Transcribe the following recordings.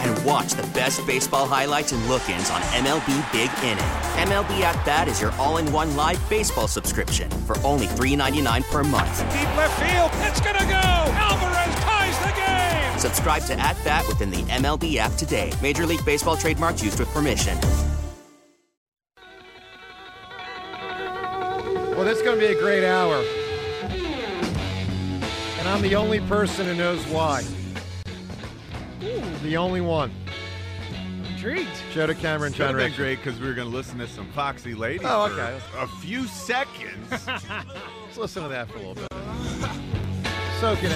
And watch the best baseball highlights and look ins on MLB Big Inning. MLB At Bat is your all in one live baseball subscription for only $3.99 per month. Deep left field, it's going to go. Alvarez ties the game. Subscribe to At Bat within the MLB app today. Major League Baseball trademarks used with permission. Well, this is going to be a great hour. And I'm the only person who knows why. Ooh. The only one. Intrigued. Shout out Cameron Should have John been Richard. great because we were going to listen to some Foxy Lady Oh, for okay. a few seconds. Let's listen to that for a little bit. Soak it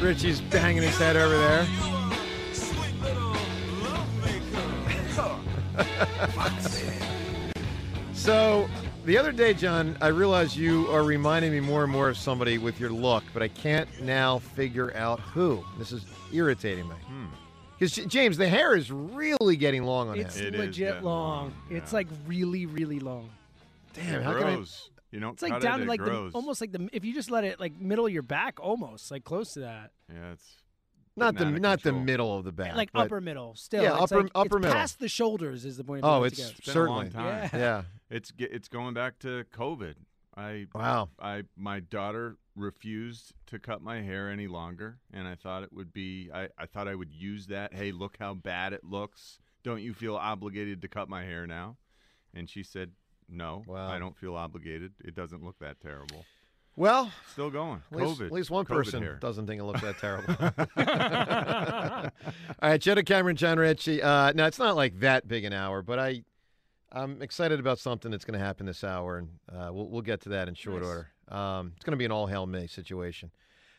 in. Richie's banging his head over there. So the other day, John, I realized you are reminding me more and more of somebody with your look, but I can't now figure out who. This is irritating me. Because James, the hair is really getting long on him. It's It is legit that long. long, It's yeah. like really, really long. Damn, it how can I- grows. You don't It's like cut down it, to it like the, grows. almost like the if you just let it like middle of your back almost like close to that Yeah, it's Not the getting out of not the control. middle of the back, like but- upper middle still Yeah, It's upper- like- upper it's middle. putting it the shoulders is the point of Oh, putting it it's together. It's been a certainly. long time. Yeah. It's ge- it's going back to COVID. I Wow. I my daughter refused to cut my hair any longer, and I thought it would be I, I thought I would use that. Hey, look how bad it looks. Don't you feel obligated to cut my hair now? And she said, No, Wow. I don't feel obligated. It doesn't look that terrible. Well, Still going. at least, COVID. at least one COVID person hair. doesn't think it looks that terrible. All right, Jetta Cameron, John Ritchie. Uh, now it's not like that big an hour, but I, I'm excited about something that's going to happen this hour, and uh, we'll we'll get to that in short Nice. order. Um, it's going to be an all hail me situation.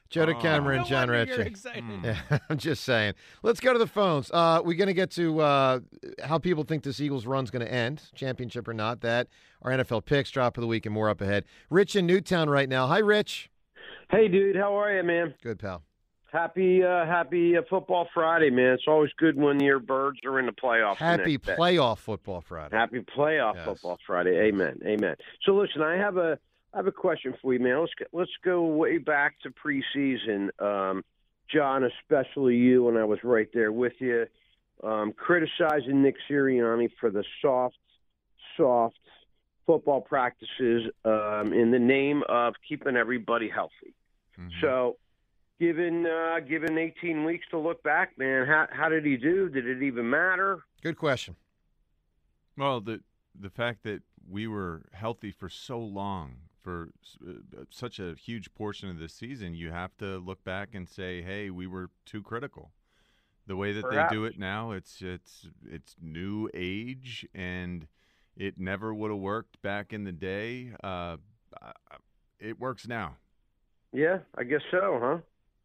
Jetta Oh. Cameron, No John wonder you're Ritchie. excited. Oh, Yeah, I'm just saying. Let's go to the phones. Uh, we're going to get to uh, how people think this Eagles run's going to end, championship or not. That our NFL picks, drop of the week, and more up ahead. Rich in Newtown right now. Hi, Rich. Hey, dude, how are you, man? Good pal. Happy, uh, happy uh, football Friday, man. It's always good when your birds are in the playoffs. the Happy next day. playoff football Friday. happy playoff Yes. football Friday. Amen, amen. So listen, I have a, I have a question for you, man. Let's go, let's go way back to preseason, um, John, especially you, and I was right there with you, um, criticizing Nick Sirianni for the soft, soft football practices um, in the name of keeping everybody healthy. Mhm. So, given uh, given 18 weeks to look back, man, how how did he do? Did it even matter? Good question. Well, the the fact that we were healthy for so long, for s- uh, such a huge portion of the season, you have to look back and say, "Hey, we were too critical." The way that they do Perhaps. it now, it's it's it's new age, and it never would have worked back in the day. Uh, I- I- it works now. Yeah, I guess so, huh?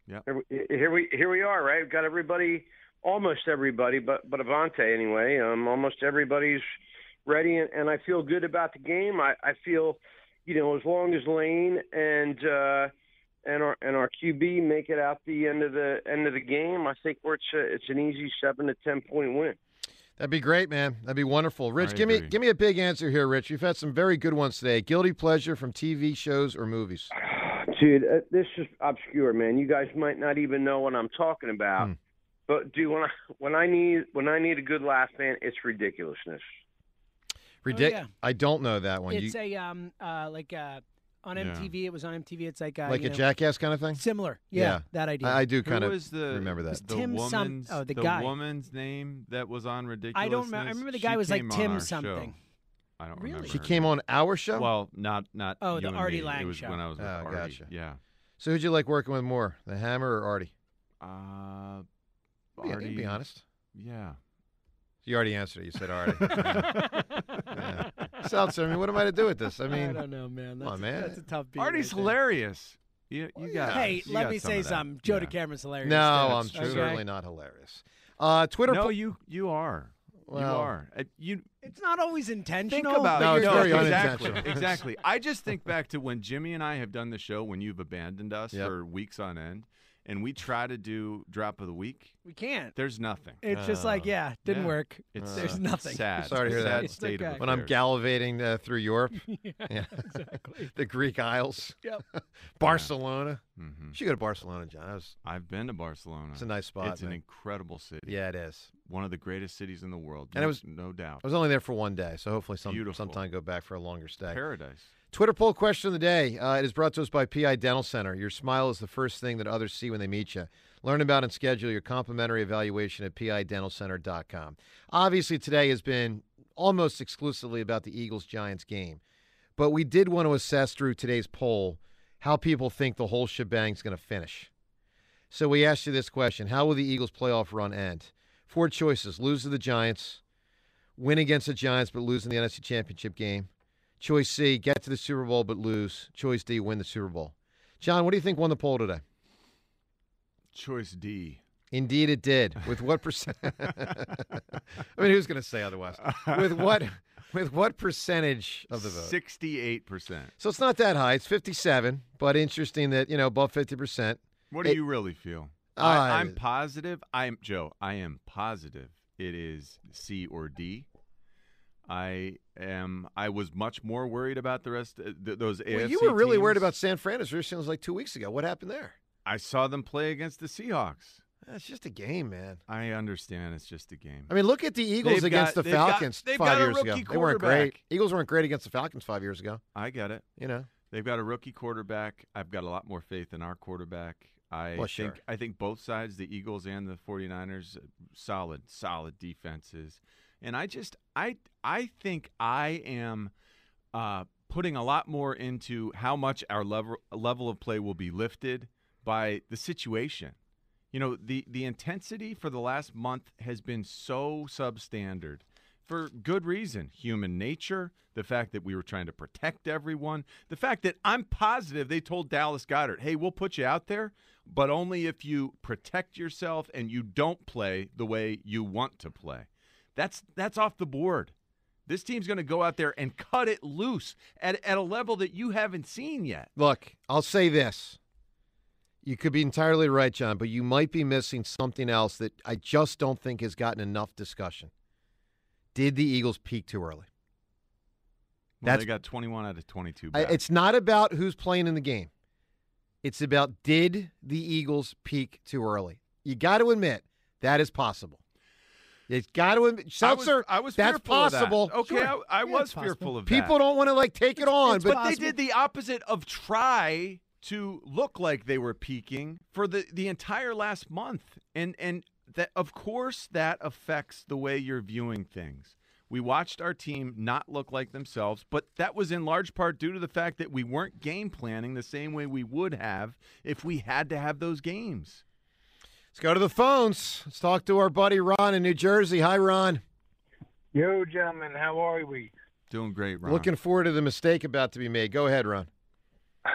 Yep. Here we, here we here we are, right? We've got everybody, almost everybody, but but Avante anyway. Um, almost everybody's ready, and, and I feel good about the game. I, I feel, you know, as long as Lane and uh, and our and our QB make it out the end of the end of the game, I think we're it's, a, it's an easy seven to ten point win. That'd be great, man. That'd be wonderful. Rich, I give me agree. give me a big answer here, Rich. You've had some very good ones today. Guilty pleasure from TV shows or movies. Dude, uh, this is obscure, man. You guys might not even know what I'm talking about. Hmm. But dude, when I when I need when I need a good laugh, man, it's ridiculousness. Ridic- yeah. I don't know that one. it's You- a um uh like uh on Yeah. MTV it was on MTV it's like uh, like you a know, jackass kind of thing. similar yeah, Yeah. that idea I, I do Who kind of was the remember that. was the Tim some- woman's oh, the guy. woman's name that was on ridiculous. I don't remember I remember the guy was like Tim something I don't Really? remember. She her came name. on our show. Well, not not. Oh, you the and Artie me. Lang It was show. when I was with Oh, Artie. gotcha. Yeah. so who'd you like working with more, the Hammer or Artie? Uh, Be, Artie. be honest. Yeah. You already answered it. You said already. yeah. Yeah. Seltzer, I mean, what am I to do with this? I mean, I don't know, man. come That's, on, a, man. that's a tough beat. Artie's right there. hilarious. You, you got. Hey, you let got me some say of that. something. Joe Yeah. DeCameron's hilarious. no, too. I'm Okay? certainly not hilarious. Uh, Twitter. No, po- you you are. you Well. are. Uh, you It's not always intentional. think about No, it. it's No, very exactly. unintentional. exactly. I just think back to when Jimmy and I have done the show when you've abandoned us Yep. for weeks on end, and we try to do drop of the week. We can't. There's nothing. It's just like, yeah, didn't Yeah. work. It's There's uh, nothing. Sad. Sorry to hear Sad that. state Okay. of when I'm affairs. gallivanting uh, through Europe, yeah, exactly. the Greek Isles, Yep. Barcelona. Mhm. You should go to Barcelona, John. I was, I've been to Barcelona. It's a nice spot, It's an man. incredible city. yeah, it is. One of the greatest cities in the world. And it no, was- no doubt. I was only there for one day, so hopefully some Beautiful. sometime go back for a longer stay. paradise. Twitter poll question of the day. Uh, it is brought to us by PI Dental Center. Your smile is the first thing that others see when they meet you. Learn about and schedule your complimentary evaluation at pidentalcenter.com. Obviously, today has been almost exclusively about the Eagles Giants game, but we did want to assess through today's poll how people think the whole shebang's going to finish. So we asked you this question How will the Eagles' playoff run end? Four choices lose to the Giants, win against the Giants, but lose in the NFC Championship game. Choice C, get to the Super Bowl but lose. Choice D, win the Super Bowl. John, what do you think won the poll today? Choice D. Indeed, it did. With what percent? I mean, who's going to say otherwise? With what? With what percentage of the vote? Sixty-eight percent. So it's not that high. It's fifty-seven, but interesting that you know above fifty percent. What do It- you really feel? Uh, I, I'm positive. I'm Joe. I am positive it is C or D. I am. I was much more worried about the rest. Of th- those Well, AFC you were really worried teams. about San Fran. It was like two weeks ago. What happened there? I saw them play against the Seahawks. It's just a game, man. I understand. It's just a game. I mean, look at the Eagles They've against got- the they've got- Falcons they've five got a years ago. rookie They weren't quarterback. great. Eagles weren't great against the Falcons five years ago. I get it. You know. They've got a rookie quarterback. I've got a lot more faith in our quarterback. I Well, think sure. I think both sides, the Eagles and the 49ers, solid, solid defenses. And I just I I think I am uh, putting a lot more into how much our level level of play will be lifted by the situation. You know, the the intensity for the last month has been so substandard for good reason. Human nature, the fact that we were trying to protect everyone, the fact that I'm positive they told Dallas Goddard, "Hey, we'll put you out there, but only if you protect yourself and you don't play the way you want to play." That's that's off the board. This team's going to go out there and cut it loose at, at a level that you haven't seen yet. Look, I'll say this. You could be entirely right, John, but you might be missing something else that I just don't think has gotten enough discussion. Did the Eagles peak too early? Well, That's- they got 21 out of 22. I- Back. it's not about who's playing in the game. It's about did the Eagles peak too early? You got to admit that is possible. It's got to admit, Seltzer. I was, I was that's fearful of that. possible. Okay, Sure. I, I Yeah, was it's possible. fearful of that. people don't want to like take it on, it's but But they possible. did the opposite of try to look like they were peaking for the, the entire last month. And and that of course that affects the way you're viewing things. We watched our team not look like themselves, but that was in large part due to the fact that we weren't game planning the same way we would have if we had to have those games. let's go to the phones. Let's talk to our buddy Ron in New Jersey. Hi, Ron. Yo, gentlemen, how are we? Doing great, Ron. Looking forward to the mistake about to be made. Go ahead, Ron.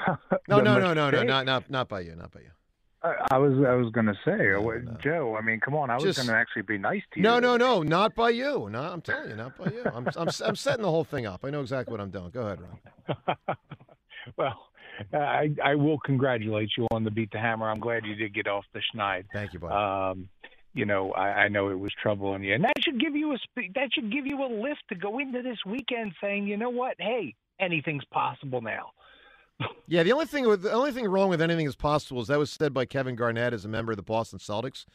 No, The no, no, no, no, mistake- not not not by you, not by you. I, I was, I was gonna say, uh, what- no. Joe. I mean, come on, I was Just- gonna actually be nice to you. No, no, no, not by you. No, I'm telling you, not by you. I'm I'm I'm setting the whole thing up. I know exactly what I'm doing. Go ahead, Ron. well, I, I will congratulate you on the beat the hammer. I'm glad you did get off the schneid. Thank you, buddy. Um, you know, I, I know it was trouble on you, and that should give you a sp- that should give you a lift to go into this weekend saying, you know what, hey, anything's possible now. yeah, the only thing with the only thing wrong with anything is possible is that was said by Kevin Garnett as a member of the Boston Celtics.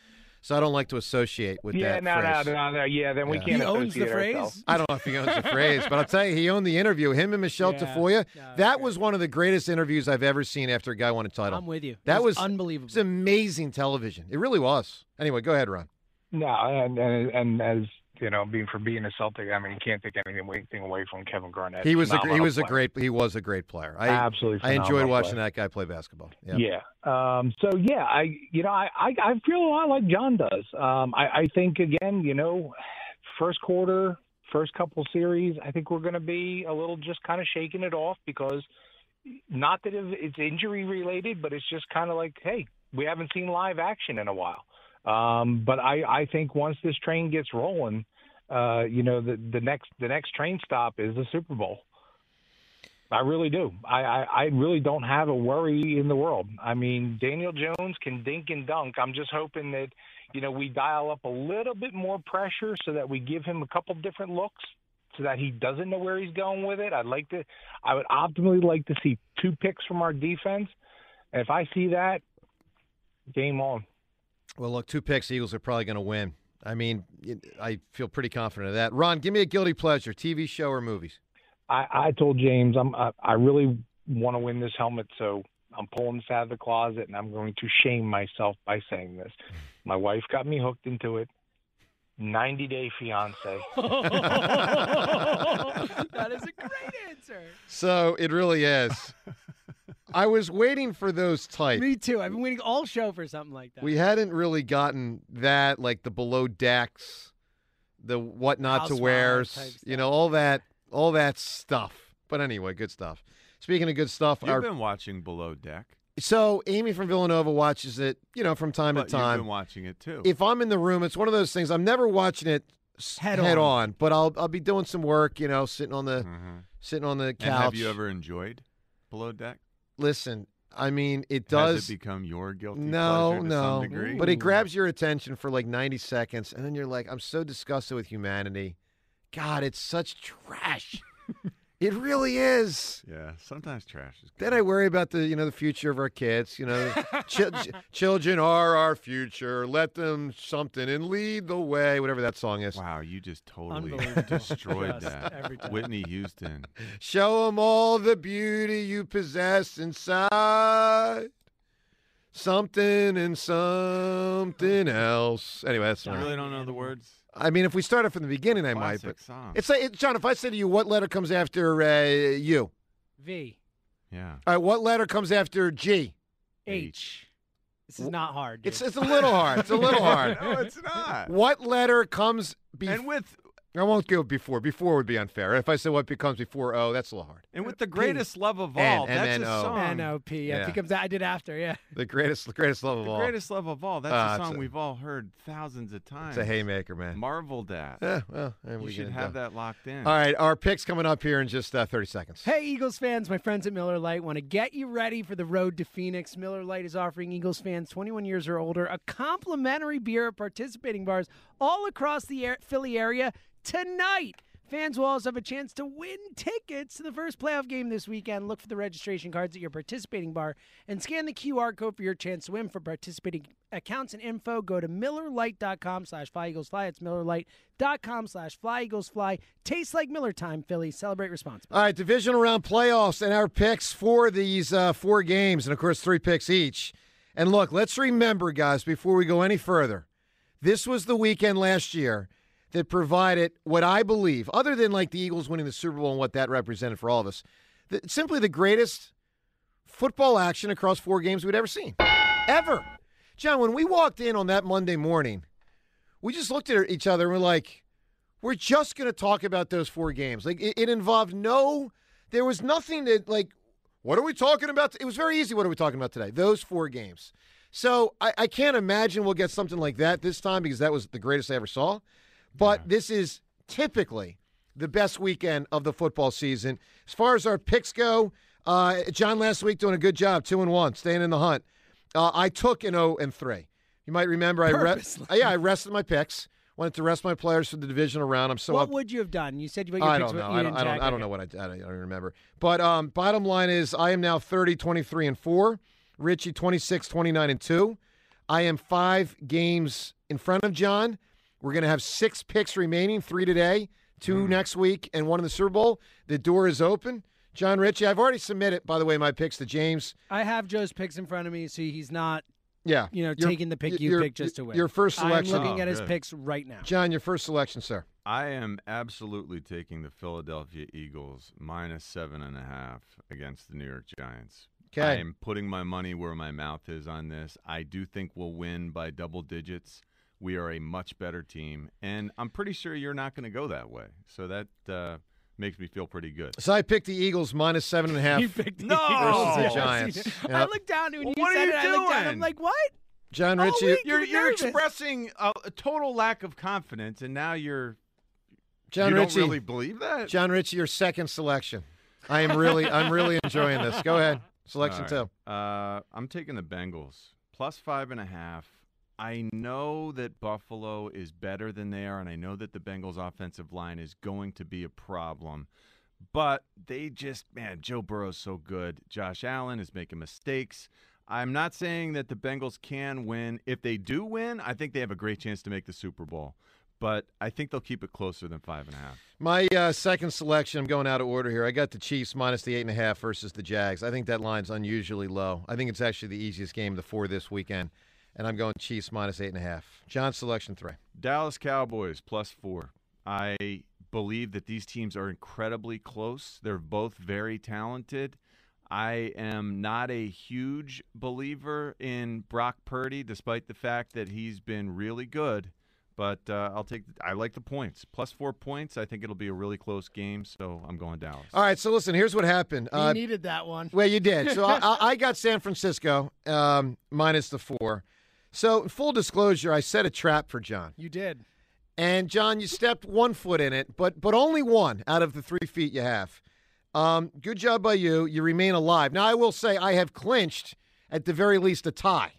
So I don't like to associate with yeah, that. no, phrase. no, no, no, yeah. Then we Yeah. can't He owns the associate phrase? ourselves. I don't know if he owns the phrase, but I'll tell you, he owned the interview. Him and Michelle Yeah. Tafoya. No, that okay. was one of the greatest interviews I've ever seen after a guy won a title. I'm with you. That It was, was- it unbelievable. was amazing television. It really was. Anyway, go ahead, Ron. No, and, and and as you know, being for being a Celtic, I mean, you can't take anything anything away from Kevin Garnett. he was a gr- Phenomenal he was a player. great he was a great player. I absolutely. I enjoyed phenomenal watching player. that guy play basketball. Yeah. Yeah. Um, so yeah, I you know I, I I feel a lot like John does. Um, I I think again, you know, first quarter, first couple series, I think we're going to be a little just kind of shaking it off because not that it's injury related, but it's just kind of like, hey, we haven't seen live action in a while. Um, but I, I think once this train gets rolling, uh, you know, the, the next the next train stop is the Super Bowl. I really do. I, I, I really don't have a worry in the world. I mean, Daniel Jones can dink and dunk. I'm just hoping that, you know, we dial up a little bit more pressure so that we give him a couple different looks so that he doesn't know where he's going with it. I'd like to I would optimally like to see two picks from our defense. And if I see that, game on. Well, look, two picks, Eagles are probably going to win. I mean, it, I feel pretty confident of that. Ron, give me a guilty pleasure: TV show or movies. I, I told James I'm I, I really want to win this helmet, so I'm pulling this out of the closet, and I'm going to shame myself by saying this. My wife got me hooked into it. 90 Day Fiance. that is a great answer. So it really is. I was waiting for those types. Me too. I've been waiting all show for something like that. We hadn't really gotten that, like the below decks, the what not to Housewives wears, type you know, all that, all that stuff. But anyway, good stuff. Speaking of good stuff, You've our- been watching Below Deck. so Amy from Villanova watches it, you know, from time but to time. You've been watching it too. If I'm in the room, it's one of those things. I'm never watching it s- Head head on. on, but I'll I'll be doing some work, you know, sitting on the Mhm. sitting on the couch. and have you ever enjoyed Below Deck? Listen, I mean, it does Has it become your guilty no, pleasure to no, some degree? but it grabs your attention for like 90 seconds, and then you're like, I'm so disgusted with humanity. God, it's such trash. it really is. Yeah, sometimes trash is. Then I worry about the you know the future of our kids. You know, chil- ch- children are our future. Let them something and lead the way. Whatever that song is. Wow, you just totally Unbelievable. destroyed Just every that. time. Whitney Houston. Show them all the beauty you possess inside. Something and something else. Anyway, that's I not. really don't know the words. I mean, if we started from the beginning, I might. Classic But song. it's like, it, John. If I say to you, what letter comes after uh, U? V Yeah. All right, what letter comes after G? H. This is not hard. dude. It's it's a little hard. It's a little hard. no, it's not. What letter comes before? And with I won't go before. Before would be unfair. If I said what becomes before O, that's a little hard. and with the greatest love of N, all. that's a MNO. song. NOP. Yeah, Yeah. Pick up that I did after. Yeah. The greatest, the greatest love of The all. greatest love of all. That's Ah, a it's song a- we've all heard thousands of times. It's a haymaker, man. Marveled at. Yeah, well, and you we should can have go. that locked in. All right, our picks coming up here in just uh, 30 seconds. Hey, Eagles fans, my friends at Miller Lite want to get you ready for the road to Phoenix. Miller Lite is offering Eagles fans 21 years or older a complimentary beer at participating bars all across the air- Philly area tonight. Fans will also have a chance to win tickets to the first playoff game this weekend. Look for the registration cards at your participating bar and scan the QR code for your chance to win. For participating accounts and info, go to MillerLite.com slash Fly Eagles Fly. It's MillerLite.com slash Fly Eagles Fly. Tastes like Miller time, Philly. Celebrate responsibly. All right, divisional round playoffs and our picks for these uh, four games, and of course, three picks each. And look, let's remember, guys, before we go any further, this was the weekend last year that provided what I believe, other than like the Eagles winning the Super Bowl and what that represented for all of us, th- simply the greatest football action across four games we'd ever seen. Ever. John, when we walked in on that Monday morning, we just looked at each other and we're like, we're just going to talk about those four games. Like it, it involved no, there was nothing that like, what are we talking about? It was very easy. What are we talking about today? Those four games. So I, I can't imagine we'll get something like that this time because that was the greatest I ever saw. But this is typically the best weekend of the football season as far as our picks go. Uh, John last week doing a good job, two and one, staying in the hunt. Uh, I took an zero and three. You might remember I re- Purposely. yeah I rested my picks. Wanted to rest my players for the divisional round. I'm so what up. would you have done? You said you put your I picks don't with- know. you I don't, didn't I don't, tag I don't it. know what I, I, don't, I don't remember. But um, bottom line is, I am now 30, 23, and 4. Richie, 26, 29, and 2. I am five games in front of John. We're going to have six picks remaining three today, two Mm-hmm. next week, and one in the Super Bowl. The door is open. John Ritchie, I've already submitted, by the way, my picks to James. I have Joe's picks in front of me, so he's not, Yeah. you know, Your- taking the pick you your- picked just to win. Your first selection. I'm looking Oh, at his good. picks right now. John, your first selection, sir. I am absolutely taking the Philadelphia Eagles minus seven and a half against the New York Giants. I Okay. am putting my money where my mouth is on this. I do think we'll win by double digits. we are a much better team, and I'm pretty sure you're not going to go that way. So that uh, makes me feel pretty good. So I picked the Eagles minus seven and a half. You picked the No! versus Eagles. the Yes. Giants. I Yep. looked down when Well, you what are said you it. I looked down. I'm doing? like, what? John All Ritchie, week You're, been you're nervous. expressing a, a total lack of confidence, and now you're. John you Ritchie, don't really believe that. John Ritchie, your second selection. I am really, I'm really enjoying this. Go ahead, selection All two. right. Uh, I'm taking the Bengals plus five and a half. I know that Buffalo is better than they are, and I know that the Bengals' offensive line is going to be a problem. But they just, man, Joe Burrow's so good. Josh Allen is making mistakes. I'm not saying that the Bengals can win. If they do win, I think they have a great chance to make the Super Bowl. But I think they'll keep it closer than five and a half. My uh, second selection, I'm going out of order here. I got the Chiefs minus the eight and a half versus the Jags. I think that line's unusually low. I think it's actually the easiest game of the four this weekend, and I'm going Chiefs minus eight and a half. John, selection three. Dallas Cowboys plus four. I believe that these teams are incredibly close. They're both very talented. I am not a huge believer in Brock Purdy, despite the fact that he's been really good. But uh, I'll take. I like the points plus four points. I think it'll be a really close game, so I'm going Dallas. All right, so listen, here's what happened. Uh, You needed that one. Well, you did. So I, I- I got San Francisco um, minus the four. So full disclosure, I set a trap for John, You did. and John, you stepped one foot in it, but but only one out of the three feet you have. Um, good job by you. You remain alive. Now I will say I have clinched at the very least a tie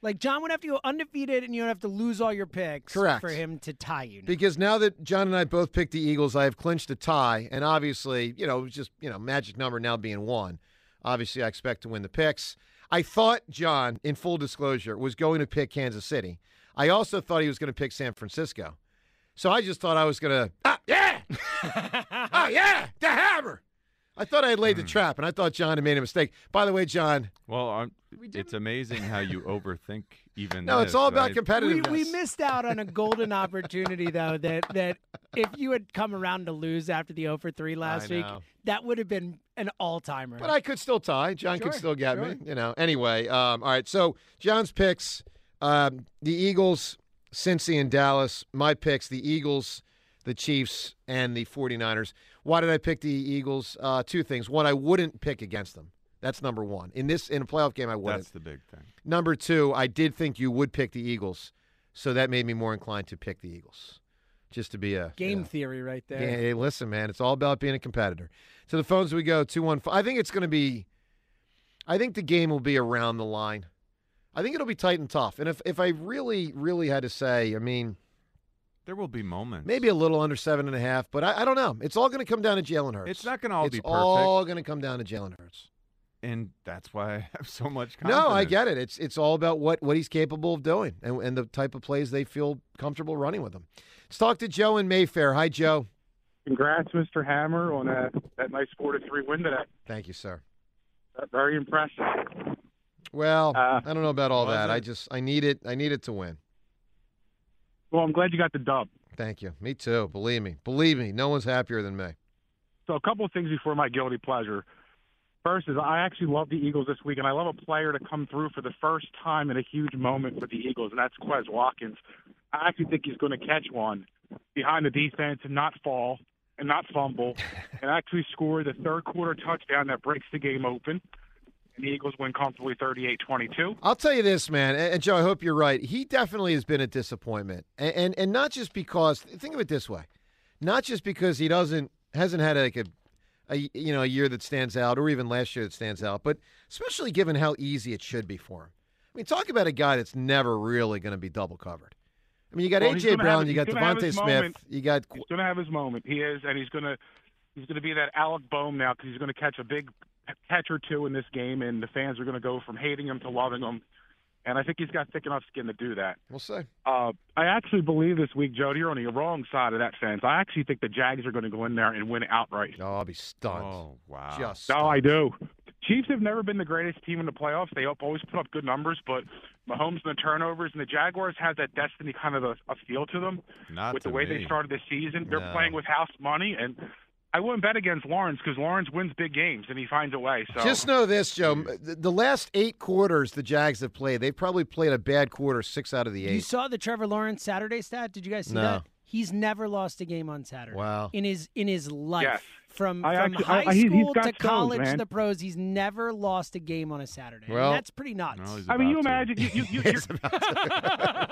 Like John would have to go undefeated, and you would have to lose all your picks. Correct. For him to tie you. because now that John and I both picked the Eagles, I have clinched a tie, and obviously, you know, it was just you know magic number now being one. Obviously, I expect to win the picks. I thought John, in full disclosure, was going to pick Kansas City. I also thought he was going to pick San Francisco. So I just thought I was going to, ah, yeah, oh, yeah, the hammer. I thought I had laid the Hmm. trap, and I thought John had made a mistake. By the way, John, Well, I'm, it's amazing how you overthink even. no, it's this. all about I- We, competitiveness. we missed out on a golden opportunity though that that if you had come around to lose after the 0 for 3 last week, know. that would have been an all-timer. But I could still tie. John Sure, could still get sure. me. You know. Anyway, um, all right. So John's picks: um, the Eagles, Cincy, and Dallas. My picks: the Eagles, the Chiefs, and the 49ers. Why did I pick the Eagles? Uh, two things. One, I wouldn't pick against them. That's number one. In this in a playoff game, I wouldn't. That's the big thing. Number two, I did think you would pick the Eagles, so that made me more inclined to pick the Eagles, just to be a you Game know. theory right there. Yeah, hey, listen, man, it's all about being a competitor. So the phones we go two one five. I think it's going to be. I think the game will be around the line. I think it'll be tight and tough. And if if I really really had to say, I mean, There will be moments. maybe a little under seven and a half, but I, I don't know. It's all going to come down to Jalen Hurts. It's not gonna all It's be perfect. all going to come down to Jalen Hurts. and that's why I have so much. Confidence. No, I get it. It's it's all about what what he's capable of doing and and the type of plays they feel comfortable running with him. Let's talk to Joe in Mayfair. Hi, Joe. Congrats, Mr. Hammer, on uh that nice four to three win today. Thank you, sir. Uh, Very impressive. Uh, Well, I don't know about all was that. I it? just I need it. I need it to win. Well, I'm glad you got the dub. Thank you. Me too. Believe me. Believe me. No one's happier than me. So, a couple of things before my guilty pleasure. First is I actually love the Eagles this week, and I love a player to come through for the first time in a huge moment for the Eagles, and that's Quez Watkins. I actually think he's going to catch one behind the defense and not fall and not fumble, and actually score the third quarter touchdown that breaks the game open. And the Eagles win comfortably 38 22. I'll tell you this, man, and and Joe, I hope you're right. He definitely has been a disappointment, and and, and not just because. Think of it this way, not just because he doesn't hasn't had like a, a you know a year that stands out, or even last year that stands out, but especially given how easy it should be for him. I mean, talk about a guy that's never really going to be double covered. I mean, you got Well, he's AJ gonna have Brown, his- you got he's gonna have Devontae his Smith, moment. you got He's going to have his moment. He is, and he's going to he's going to be that Alec Boehm now because he's going to catch a big catch or two in this game, and the fans are going to go from hating him to loving him. And I think he's got thick enough skin to do that. we'll see. Uh, I actually believe this week, Joe, you're on the wrong side of that fence. I actually think the Jags are going to go in there and win outright. Oh, I'll be stunned. Oh wow. Just No, I do. Chiefs have never been the greatest team in the playoffs. They up- always put up good numbers, but Mahomes and the turnovers and the Jaguars have that destiny kind of a, a feel to them Not with the to way me. they started the season. They're No. playing with house money, and I wouldn't bet against Lawrence because Lawrence wins big games and he finds a way. So Just know this, Joe. The the last eight quarters the Jags have played, they've probably played a bad quarter six out of the You eight. saw the Trevor Lawrence Saturday stat? Did you guys see No. that? He's never lost a game on Saturday. Wow. In his in his life, Yes. from I from actually- high I- I- he's- he's school got to stones, college, man. the pros, he's never lost a game on a Saturday. And Well- that's pretty nuts. I mean, you imagine you, you, you, you're,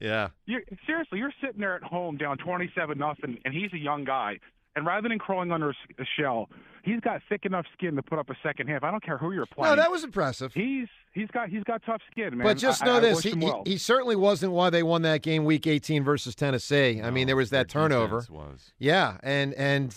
yeah. you're seriously, you're sitting there at home down twenty-seven nothing, and he's a young guy. And rather than crawling under a s- a shell, he's got thick enough skin to put up a second half. I don't care who you're playing. that was impressive. He's he's got he's got tough skin, man. But just I- know I this: wish he, him he- well. he certainly wasn't why they won that game Week 18 versus Tennessee. I mean, there was that turnover. defense was. Yeah, and and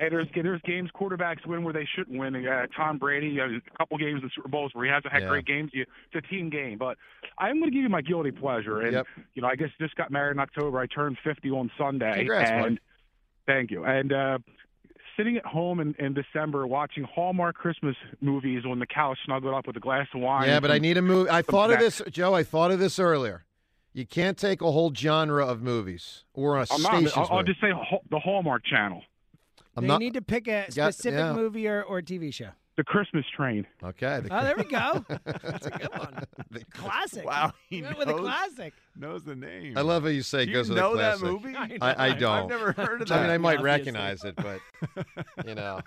Hey, there's there's games quarterbacks win where they shouldn't win. Uh, Tom Brady, uh, a couple games in Super Bowls where he hasn't had Yeah. great games. You, it's a team game, but I'm going to give you my guilty pleasure. And you know, I guess just got married in October. I turned 50 on Sunday. Congrats, and bud. thank you. And uh, sitting at home in, in December watching Hallmark Christmas movies on the couch, snuggled up with a glass of wine. yeah, and but I some- need a movie. I some thought of snacks. this, Joe. I thought of this earlier. You can't take a whole genre of movies or a I'm station. not, I'll, I'll just say Hall- the Hallmark Channel, I'm they not- need to pick a Yeah, specific yeah. movie or, or TV show. the Christmas Train. Okay. Oh, there we go. That's a good one. Classic. Wow, he He went with a knows- classic. knows the name. I love how you say it Do goes you with know a that classic. movie? I, I I've don't. never heard of I mean, that. I might Obviously. recognize it, but you know,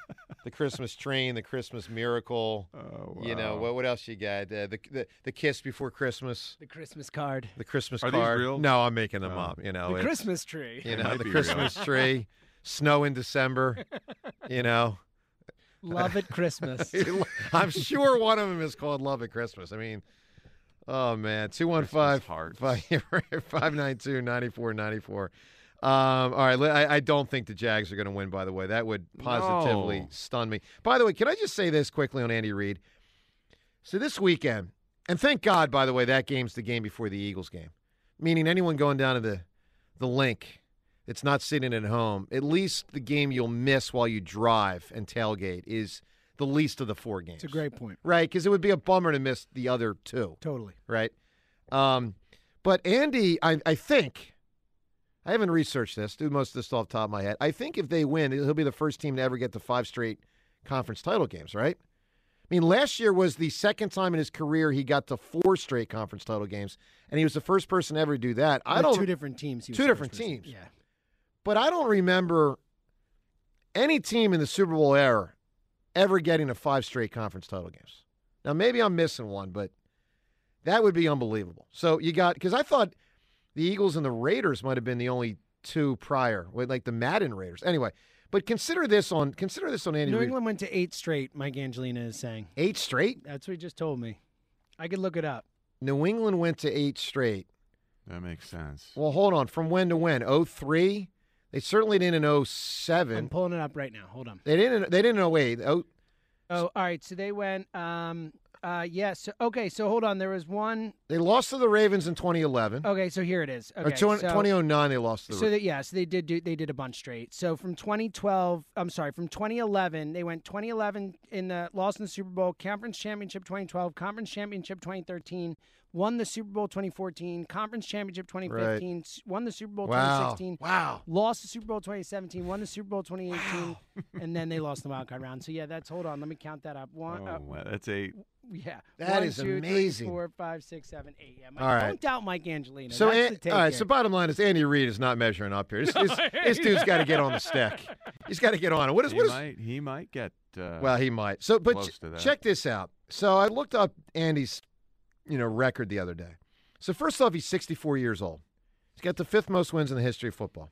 the Christmas Train, the Christmas Miracle. Oh, You know wow. what? What else you got? Uh, the, the the Kiss Before Christmas. The Christmas card. The Christmas Are these card. real? No, I'm making Oh. them up. You know, The it's- Christmas tree. You They know, might the be real. Christmas tree. Snow in December. You know. Love at Christmas. I'm sure one of them is called Love at Christmas. I mean, oh man, 215 592 9494. Um, all right, li- I, I don't think the Jags are going to win, by the way. That would positively No. stun me. By the way, can I just say this quickly on Andy Reid? So this weekend, and thank God, by the way, that game's the game before the Eagles game, meaning anyone going down to the, the link it's not sitting at home, at least the game you'll miss while you drive and tailgate is the least of the four games. It's a great point. Right, because it would be a bummer to miss the other two. Totally. Right. Um, but Andy, I, I think, I haven't researched this, do most of this off the top of my head. I think if they win, he'll be the first team to ever get to five straight conference title games, right? I mean, last year was the second time in his career he got to four straight conference title games, and he was the first person to ever do that. I With don't two different teams. he was two the different first person. teams. Yeah. But I don't remember any team in the Super Bowl era ever getting to five straight conference title games. Now, maybe I'm missing one, but that would be unbelievable. So you got, because I thought the Eagles and the Raiders might have been the only two prior, with, like the Madden Raiders. Anyway, but consider this on consider this on Andy. New Reid. England went to eight straight. Mike Angelina is saying eight straight. That's what he just told me. I could look it up. New England went to eight straight. That makes sense. Well, hold on. From when to when? 03? They certainly didn't in 07. I'm pulling it up right now. Hold on. They didn't. They didn't know. Wait. Oh, Oh, all right. So they went. Um. Uh. Yes. so okay. So hold on. There was one. they lost to the Ravens in 2011. Okay. So here it is. Okay. or 20, so, 2009, they lost to the So Ravens. that yeah. So they did do. They did a bunch straight. So from 2012. I'm sorry. From 2011, they went 2011 in the lost in the Super Bowl, conference championship 2012, conference championship 2013, won the Super Bowl 2014, conference championship 2015, s- won the Super Bowl Wow. 2016. Wow. Lost the Super Bowl 2017, won the Super Bowl 2018, and then they lost the wild card round. So yeah, that's hold on. Let me count that up. One. uh, Oh, wow, that's eight. yeah. That One, is two, three, amazing. four, five, six, seven, eight. Yeah, Mike, All right. Don't doubt Mike Angelina. So, That's An- the take all right. here. So, bottom line is Andy Reid is not measuring up here. This, this, this dude's got to get on the stick. He's got to get on it. What is? he What is? might, he might get. Uh, Well, he might. So, but close ch- to that. check this out. So, I looked up Andy's, you know, record the other day. So, first off, he's 64 years old. He's got the fifth most wins in the history of football.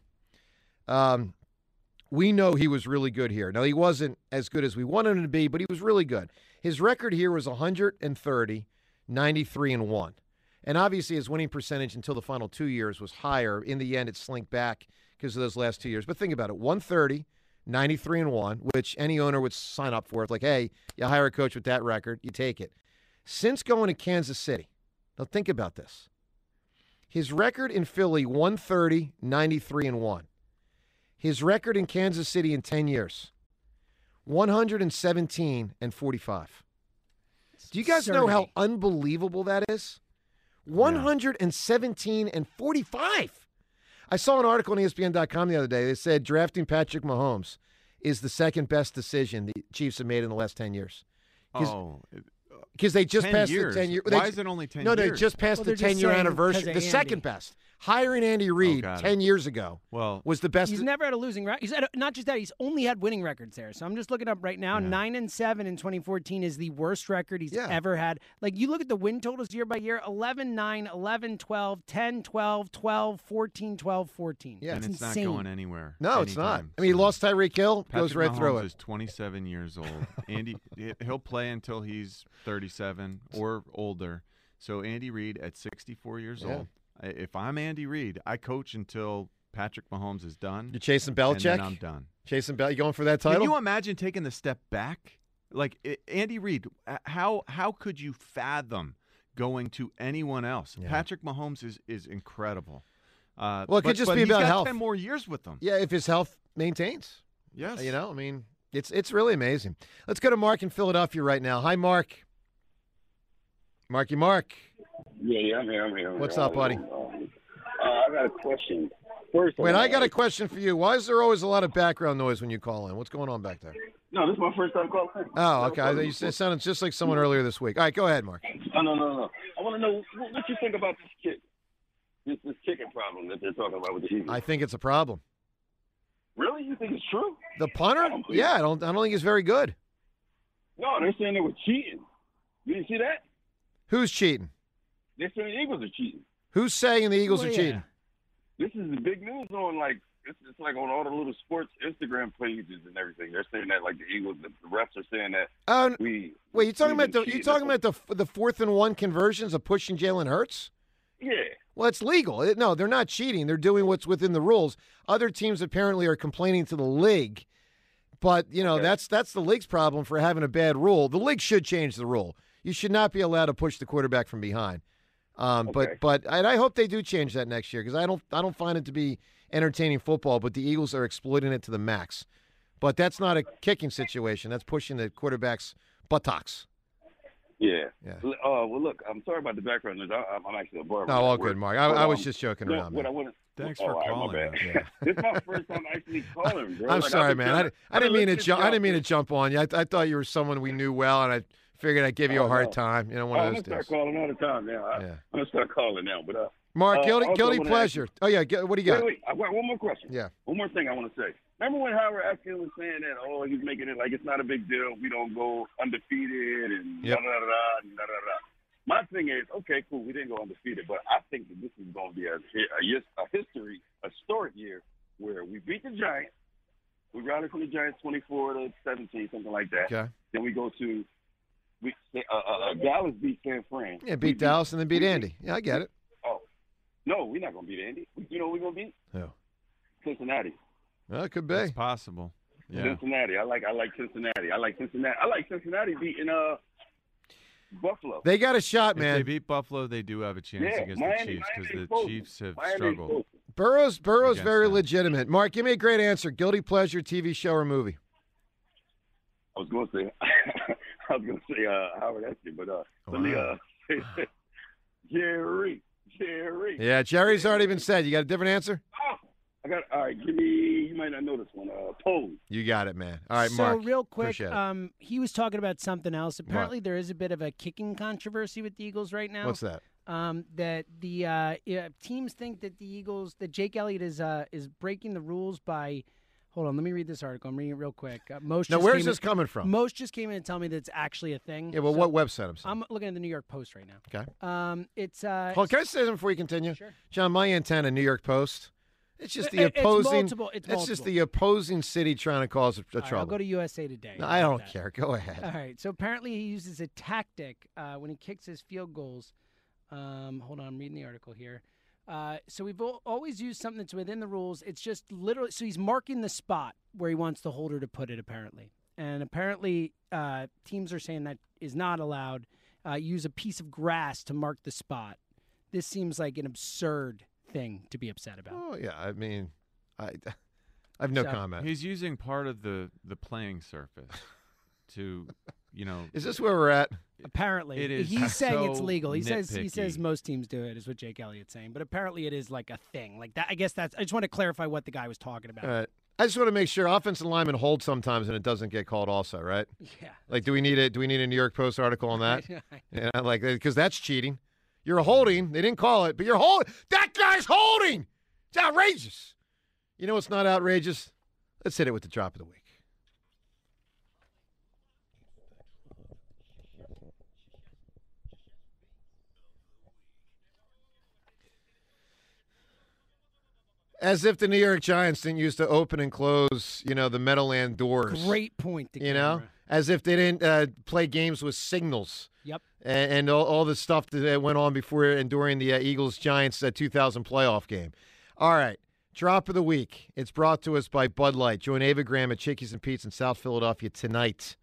Um, we know he was really good here. Now, he wasn't as good as we wanted him to be, but he was really good. His record here was 130, 93 and 1. And obviously, his winning percentage until the final two years was higher. In the end, it slinked back because of those last two years. But think about it 130, 93 and 1, which any owner would sign up for. It's like, hey, you hire a coach with that record, you take it. Since going to Kansas City, now think about this. His record in Philly 130, 93 and 1. His record in Kansas City in 10 years 117 and 45. Do you guys know how unbelievable that is? 117 and 45. I saw an article on E ESPN.com the other day. They said drafting Patrick Mahomes is the second best decision the Chiefs have made in the last ten years. 'Cause- Oh, because they just 10 passed years. the ten year. Why is it only 10 No, they years? just passed Well, the they're just ten year saying anniversary. 'cause The of second Andy. best. Hiring Andy Reid Oh, got it. ten years ago Well, was the best. He's never had a losing record. He's had a- not just that; he's only had winning records there. So I'm just looking up right now. Nine and seven in 2014 is the worst record he's ever had. Like you look at the win totals year by year: 11, 9, 11, 12, 10, 12, 12, 14, 12, 14. Yeah. and That's it's insane. not going anywhere. no, it's not. anytime I mean, he lost Tyreek Hill, Patrick goes right Mahomes through it. Is 27 years old. Andy, he- he'll play until he's 37 or older. So Andy Reid at 64 years Yeah. old. I- If I'm Andy Reid, I coach until Patrick Mahomes is done. You're chasing and Belichick. then I'm done. Chasing Bel, you going for that Can title? you imagine taking the step back? Like I- Andy Reid, uh, how how could you fathom going to anyone else? Patrick Mahomes is is incredible. Uh, well, it could but- just but be he's about got health. 10 more years with them. Yeah, if his health maintains. Yes. You know, I mean, it's it's really amazing. Let's go to Mark in Philadelphia right now. Hi, Mark. Marky Mark. Yeah, yeah, I'm here. I'm here. I'm What's here. up, buddy? Um, uh, I got a question. First, of Wait, all- I got a question for you. Why is there always a lot of background noise when you call in? What's going on back there? No, this is my first time calling. Oh, okay. I- You it sounded just like someone earlier this week. All right, go ahead, Mark. Oh, no, no, no. I want to know what, what you think about this kick, this this kicking problem that they're talking about with the Eagles. I think it's a problem. Really, you think it's true? The punter? Yeah, I don't. I don't think he's very good. No, they're saying they were cheating. You didn't see that? Who's cheating? They're saying the Eagles are cheating. Who's saying the Eagles Well, are yeah. cheating? This is the big news on like it's, it's like on all the little sports Instagram pages and everything. They're saying that like the Eagles, the, the refs are saying that Um, we. Wait, you talking we've about the been you cheating. talking about the the fourth and one conversions of pushing Jalen Hurts? Yeah. Well, it's legal. It- No, they're not cheating. They're doing what's within the rules. Other teams apparently are complaining to the league, but you know that's that's the league's problem for having a bad rule. The league should change the rule. You should not be allowed to push the quarterback from behind. Um, But but and I hope they do change that next year because I don't I don't find it to be entertaining football. But the Eagles are exploiting it to the max. But that's not a kicking situation. That's pushing the quarterback's buttocks. Yeah. Yeah. L- Uh, well, look, I'm sorry about the background noise. I, I'm I'm actually a barber. No, at Oh, all work. good, Mark. I- But, I was um, just joking no, around, What man. I wanna, Thanks oh, for all right, my calling, bad. man. this is my first time actually calling, bro. I'm Like, I've sorry, been man. trying I, I didn't I've been mean to listening jump. I y'all didn't mean to jump on you. I, I thought you were someone we knew well, and I figured I'd give you a hard time. You know, one Oh, of I'm those gonna days. start calling all the time now. I, Yeah. I'm gonna start calling now. But uh, Mark, uh, guilty, also guilty wanna ask pleasure. Oh yeah, gu- what do you you- got? Wait, wait, I got one more question. Yeah. One more thing I want to say. Remember when Howard Atkin was saying that? Oh, he's making it like it's not a big deal. We don't go undefeated and Yep. da da da da da da. My thing is, okay, cool, we didn't go undefeated, but I think that this is going to be a, a, yes- a history, a historic year where we beat the Giants. We rallied from the Giants 24 to 17, something like that. Okay. Then we go to we, uh, uh, uh, Dallas beat San Fran. Yeah, beat Dallas and then beat Andy. Yeah, I get it. Oh, no, we're not going to beat Andy. You know who we're going to beat? Who? Cincinnati. Well, it could be. It's possible. Yeah. Cincinnati. I like I like Cincinnati. I like Cincinnati. I like Cincinnati beating uh Buffalo. They got a shot, If they man. beat Buffalo, they do have a chance Yeah, against Miami- the Chiefs because Miami's the close. Chiefs have Miami's struggled. close. Burrow's Burrow's Against very legitimate. Mark, give me a great answer. Guilty pleasure, TV show or movie? I was going to say I was going to say uh Howard Eskin, but uh Oh, let me uh Jerry Jerry. Oh, Yeah, Jerry's already been said. You got a different answer? I got all right. Give me. You might not know this one. Uh, Pose. You got it, man. All right, so Mark. real quick, appreciate it. um, he was talking about something else. Apparently, there is a bit of a kicking controversy with the Eagles right now. What's that? Um, that the uh, yeah, teams think that the Eagles, that Jake Elliott is uh, is breaking the rules by. Hold on, let me read this article. I'm reading it real quick. Uh, Most Now, just where's came this in- coming from? Most just came in and tell me that it's actually a thing. Yeah, well, So what website I'm seeing? I'm looking at the New York Post right now. Okay. Um, it's uh, Hold, can I say something before you continue? Sure. John, my antenna, New York Post. It's just the It- it's opposing. multiple- it's just multiple. the opposing city trying to cause a, a all right, I'll trouble. go to USA Today. No, I don't care. Go ahead. All right. So apparently he uses a tactic uh, when he kicks his field goals. Um, hold on, I'm reading the article here. Uh, so we've al- always used something that's within the rules. It's just literally. So he's marking the spot where he wants the holder to put it, apparently. And apparently, uh, teams are saying that is not allowed. Uh, use a piece of grass to mark the spot. This seems like an absurd thing to be upset about. Oh yeah, I mean, I, I have no So- comment. He's using part of the the playing surface to, you know. Is this where we're at? Apparently, It is. He's saying it's so legal. He says he nitpicky. says most teams do it, is what Jake Elliott's saying. But apparently, it is like a thing. Like that. I guess that's. I just want to clarify what the guy was talking about. All right. I just want to make sure offensive linemen hold sometimes and it doesn't get called also, right? Yeah. Like do we need a do we need a New York Post article on that? yeah, like cuz that's cheating. You're holding. They didn't call it, but you're holding. That guy's holding. It's outrageous. You know what's not outrageous? Let's hit it with the drop of the week. As if the New York Giants didn't used to open and close, you know, the Meadowland doors. Great point. You know, as if they didn't uh, play games with signals. Yep. And, and all, all the stuff that went on before and during the uh, Eagles Giants uh, 2000 playoff game. All right. Drop of the week. It's brought to us by Bud Light. Join Ava Graham at Chickies and Pete's in South Philadelphia tonight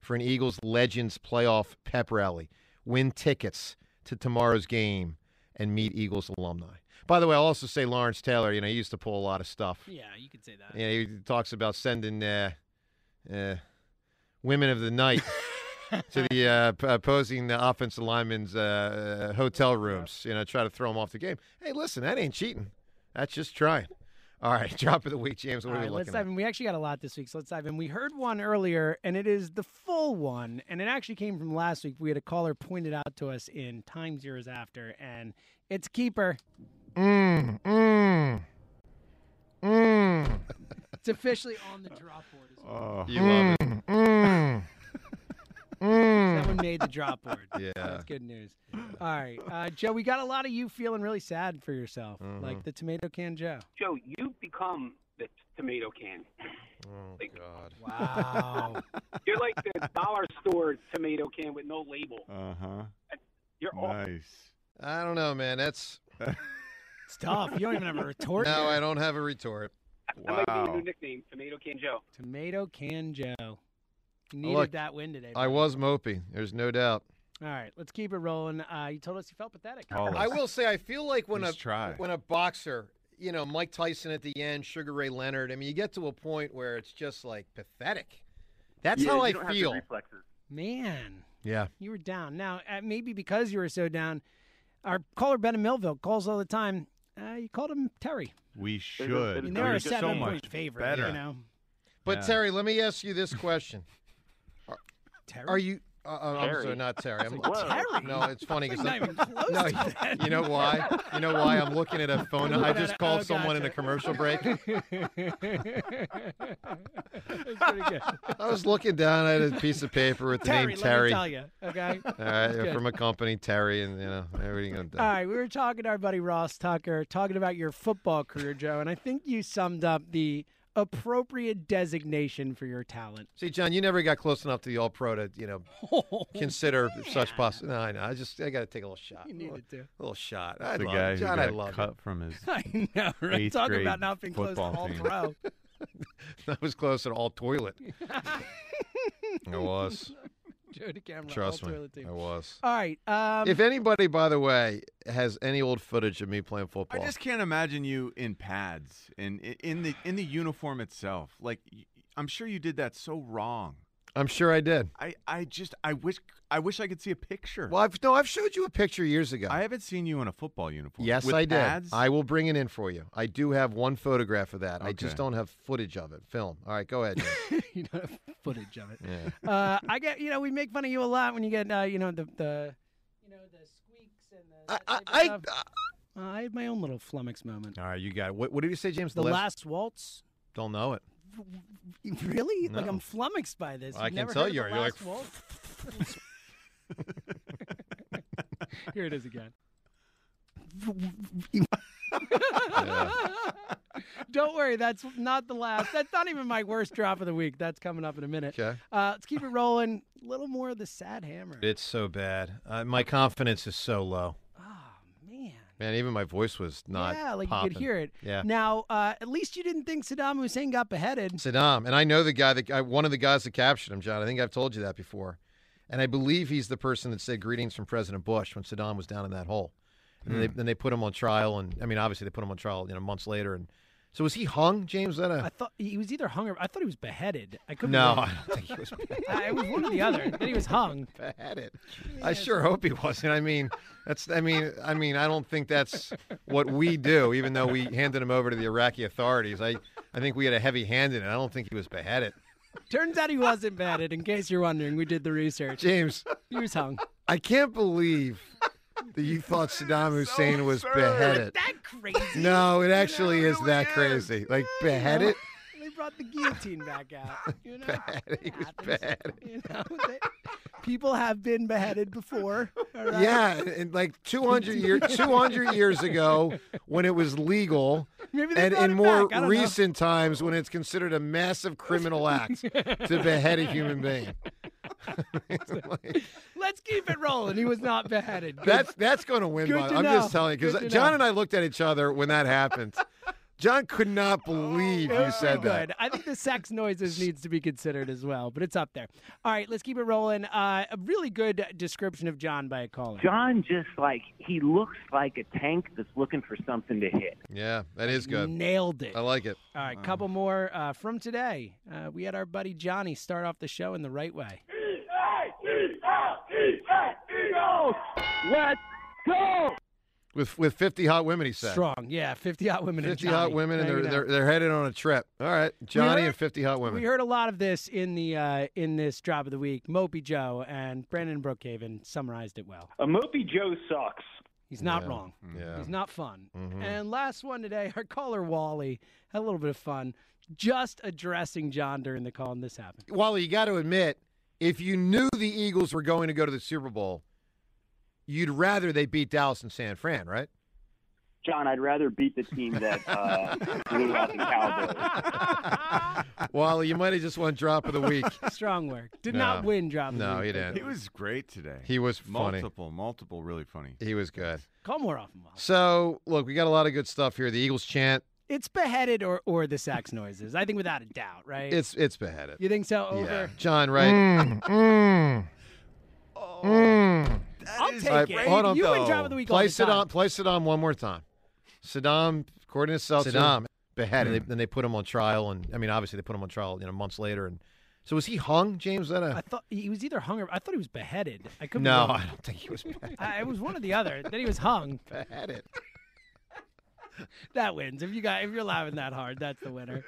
for an Eagles Legends playoff pep rally. Win tickets to tomorrow's game and meet Eagles alumni. By the way, I'll also say Lawrence Taylor, you know, he used to pull a lot of stuff. Yeah, you could say that. Yeah, he talks about sending uh, uh, women of the night to the uh, p- opposing the offensive linemen's uh, hotel rooms. You know, try to throw them off the game. Hey, listen, that ain't cheating. That's just trying. All right, drop of the week, James. What All are we right, let's looking dive at? in. We actually got a lot this week, so let's dive in. We heard one earlier, and it is the full one, and it actually came from last week. We had a caller pointed out to us in Time Zeroes After, and it's Keeper. Mm, mm, mm. It's officially on the drop board. As well. You love it. Mm, That one made the drop board. Yeah. That's good news. All right. Uh, Joe, we got a lot of you feeling really sad for yourself, Mm-hmm. like the tomato can Joe. Joe, you become the tomato can. Oh God! Oh, Wow. You're like the dollar store tomato can with no label. Uh uh-huh. huh. You're awful. Nice. I don't know, man. That's it's tough. You don't even have a retort. No, yet. I don't have a retort. That might be your new nickname, Tomato Can Joe. Tomato can Joe. Needed Look, that win today. I buddy. was mopey. There's no doubt. All right, let's keep it rolling. Uh, you told us you felt pathetic. I will say I feel like when Just a try. when a boxer, you know, Mike Tyson at the end, Sugar Ray Leonard. I mean, you get to a point where it's just like pathetic. That's how I feel. Man, Yeah. you were down. Now, uh, maybe because you were so down, our caller Ben in Millville calls all the time. Uh, you called him Terry. We I should. Oh, mean, they were We're a so much seven-point favorite. Better. You know, But Yeah. Terry, let me ask you this question: Terry. Are you? Uh, uh, I'm Terry. sorry, not Terry. I'm Whoa. Terry? No, it's funny because Not even close no, to that. you know why? You know why? I'm looking at a phone. Looking I at just it. called uh, Oh, someone in a gotcha. commercial break. That's pretty good. I was looking down at a piece of paper with the Terry, name let Terry. me tell you, okay? All right, It's good. from a company, Terry, and you know everything. on All right, we were talking to our buddy Ross Tucker, talking about your football career, Joe, and I think you summed up the appropriate designation for your talent. See, John, you never got close enough to the All Pro to, you Oh, know, consider such possible. No, I know. I just, I got to take a little shot. You needed to. A little shot. I the love guy it. John, who got I love cut from his. I know, right? Eighth Talking grade about not being close to football all team. pro. it. That was close to all toilet. I was. Joe DeCamera, all Trust me. toilet team. I was. All right. Um, if anybody, by the way, has any old footage of me playing I football, just can't imagine you in pads and i- in the in the uniform itself. Like, y- I'm sure you did that so wrong. I'm sure I did. I, I just I wish I wish I could see a picture. Well, I've, no, I've showed you a picture years ago. I haven't seen you in a football uniform. Yes, With I did. pads? I will bring it in for you. I do have one photograph of that. I Okay. just don't have footage of it. Film. All right, go ahead. James. you don't have footage of it. yeah. Uh, I get, you know, we make fun of you a lot when you get, uh, you know, the the. I, I, I, I had my own little flummox moment. All right, you got it. What, what did you say, James? The last waltz. Don't know it. Really? Like No. I'm flummoxed by this. You've I can never tell heard of you the are. You're last like, waltz? Here it is again. Don't worry, that's not the last. That's not even my worst drop of the week. That's coming up in a minute. Okay. Uh, let's keep it rolling. A little more of the sad hammer. It's so bad. Uh, my confidence is so low. Oh, Man. Man, even my voice was not. yeah, like you popping. could hear it. Yeah. Now, uh, at least you didn't think Saddam Hussein got beheaded. Saddam, and I know the guy that I, one of the guys that captured him, John. I think I've told you that before, and I believe he's the person that said greetings from President Bush when Saddam Hmm. was down in that hole. And then, they, then they put him on trial, and I mean, obviously they put him on trial, you know, months later, and So was he hung, James? That a I thought he was either hung or I thought he was beheaded. I couldn't. No, remember. I don't think he was Uh, it was one or the other. Then he was hung. Beheaded. I sure hope he wasn't. I mean, that's. I mean, I mean, I don't think that's what we do. Even though we handed him over to the Iraqi authorities, I, I think we had a heavy hand in it. I don't think he was beheaded. Turns out he wasn't beheaded. In case you're wondering, we did the research. James, he was hung. I can't believe that you thought Saddam Hussein was beheaded. That crazy. No, it actually is that crazy. Like beheaded. They brought the guillotine back out. You know, Beheaded. He was Happens. beheaded. You know, they- people have been beheaded before. all right? Yeah, and, and like 200 years 200 years ago when it was legal Maybe they and brought in it more back, I don't know. recent times when it's considered a massive criminal act to behead a human being. Let's keep it rolling. He was not beheaded. Good- That's that's going to win Good by. to I'm just know. telling you Good to cuz John know. and I looked at each other when that happened. John could not believe you said that. good. I think the sex noises needs to be considered as well, but it's up there. All right, let's keep it rolling. Uh, a really good description of John by a caller. John just like he looks like a tank that's looking for something to hit. Yeah, that is good. Nailed Oh. it. I like it. All right, couple more uh, from today. Uh, we had our buddy Johnny start off the show in the right way. Eagles! Let's go! With with 50 hot women he said. Strong, yeah. Fifty hot women. 50 and hot Johnny. women and There they're, you go. they're they're headed on a trip. All right, Johnny heard- and 50 hot women. We heard a lot of this in the uh, in this drop of the week. Mopey Joe and Brandon Brookhaven summarized it well. A Mopey Joe sucks. He's not Yeah. wrong. Mm-hmm. Yeah. He's not fun. Mhm. And last one today, our caller Wally had a little bit of fun just addressing John during the call, and this happened. Wally, you got to admit, if you knew the Eagles were going to go to the Super Bowl, you'd rather they beat Dallas and San Fran, right? John, I'd rather beat the team that uh, blew out the Cowboys. Wally, you might have just won drop of the week. Strong work. Did No. not win drop. of the No, week. he didn't. He was great today. He was funny. multiple, multiple, really funny. He was good. Call more often. So, look, we got a lot of good stuff here. The Eagles chant. It's beheaded or or the sax noises. I think without a doubt, right? It's it's beheaded. you think so? Over. Yeah, John, right? Mm. I'll is take All right, it. hold on, you though. and drop of the week. all Play the time. Saddam. Play Saddam one more time. Saddam, according to Seltzer, Saddam. beheaded. Then they put him on trial, and I mean, obviously, they put him on trial, you know, months later. And so, was he hung, James? Is that a I thought he was either hung or I thought he was beheaded. I could no? I don't think he was. I, it was one or the other. Then he was hung. Beheaded. That wins. If you got if you're laughing that hard, that's the winner.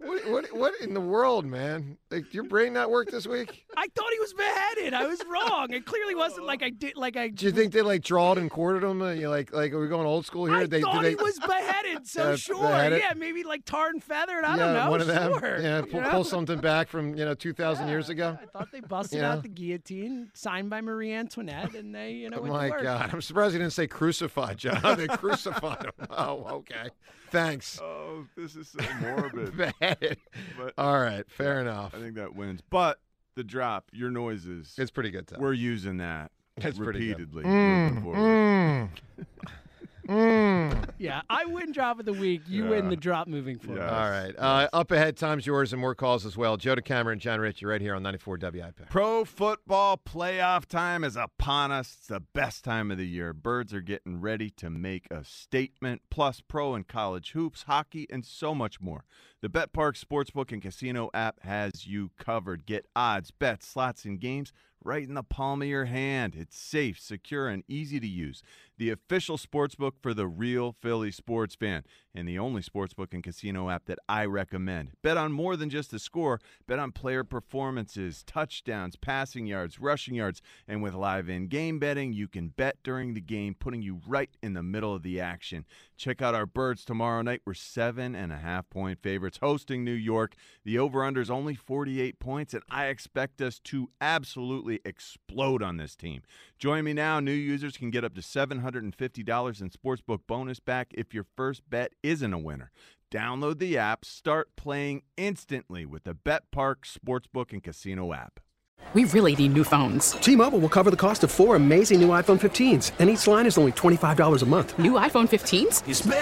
What, what, what in the world, man? Like, did your brain not work this week? I thought he was beheaded. I was wrong. It clearly wasn't like I did. Like I. Do you think they like drawed and quartered him? Uh, You like, like, are we going old school here? I they, did thought they, he was beheaded. So Uh, sure, beheaded? yeah, maybe like tar and feathered. I yeah, don't know. One of them. Sure. Yeah, you pull, know? pull something back from you know two thousand years ago. I thought they busted Yeah. out the guillotine, signed by Marie Antoinette, and they, you know, Oh went to my work. God, I'm surprised you didn't say crucified, John. they crucified him. Oh, okay. Thanks. Oh, this is so morbid. Bad. But- All right, fair enough. I think that wins. But the drop, your noises. It's pretty good. Though. We're using that That's pretty good. repeatedly. Mm, moving forward. Yeah, I win drop of the week. You win Yeah. the drop moving forward. All right. Uh, up ahead, time's yours and more calls as well. Joe DeCamera and John Ritchie right here on 94 WIP. Pro football playoff time is upon us. It's the best time of the year. Birds are getting ready to make a statement, plus pro and college hoops, hockey, and so much more. The Bet Park Sportsbook and Casino app has you covered. Get odds, bets, slots, and games right in the palm of your hand. It's safe, secure, and easy to use. The official sportsbook for the real Philly sports fan, and the only sportsbook and casino app that I recommend. Bet on more than just the score, bet on player performances, touchdowns, passing yards, rushing yards, and with live in game betting, you can bet during the game, putting you right in the middle of the action. Check out our birds tomorrow night. We're seven and a half point favorites hosting New York. The over under is only 48 points, and I expect us to absolutely explode on this team. Join me now. New users can get up to $750 in sportsbook bonus back if your first bet isn't a winner. Download the app, start playing instantly with the Bet Park Sportsbook and Casino app. We really need new phones. T-Mobile will cover the cost of four amazing new iPhone 15s, and each line is only $25 a month. New iPhone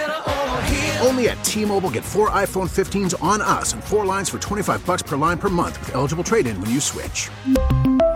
15s? Only at T-Mobile, get four iPhone 15s on us and four lines for 25 bucks per line per month with eligible trade-in when you switch.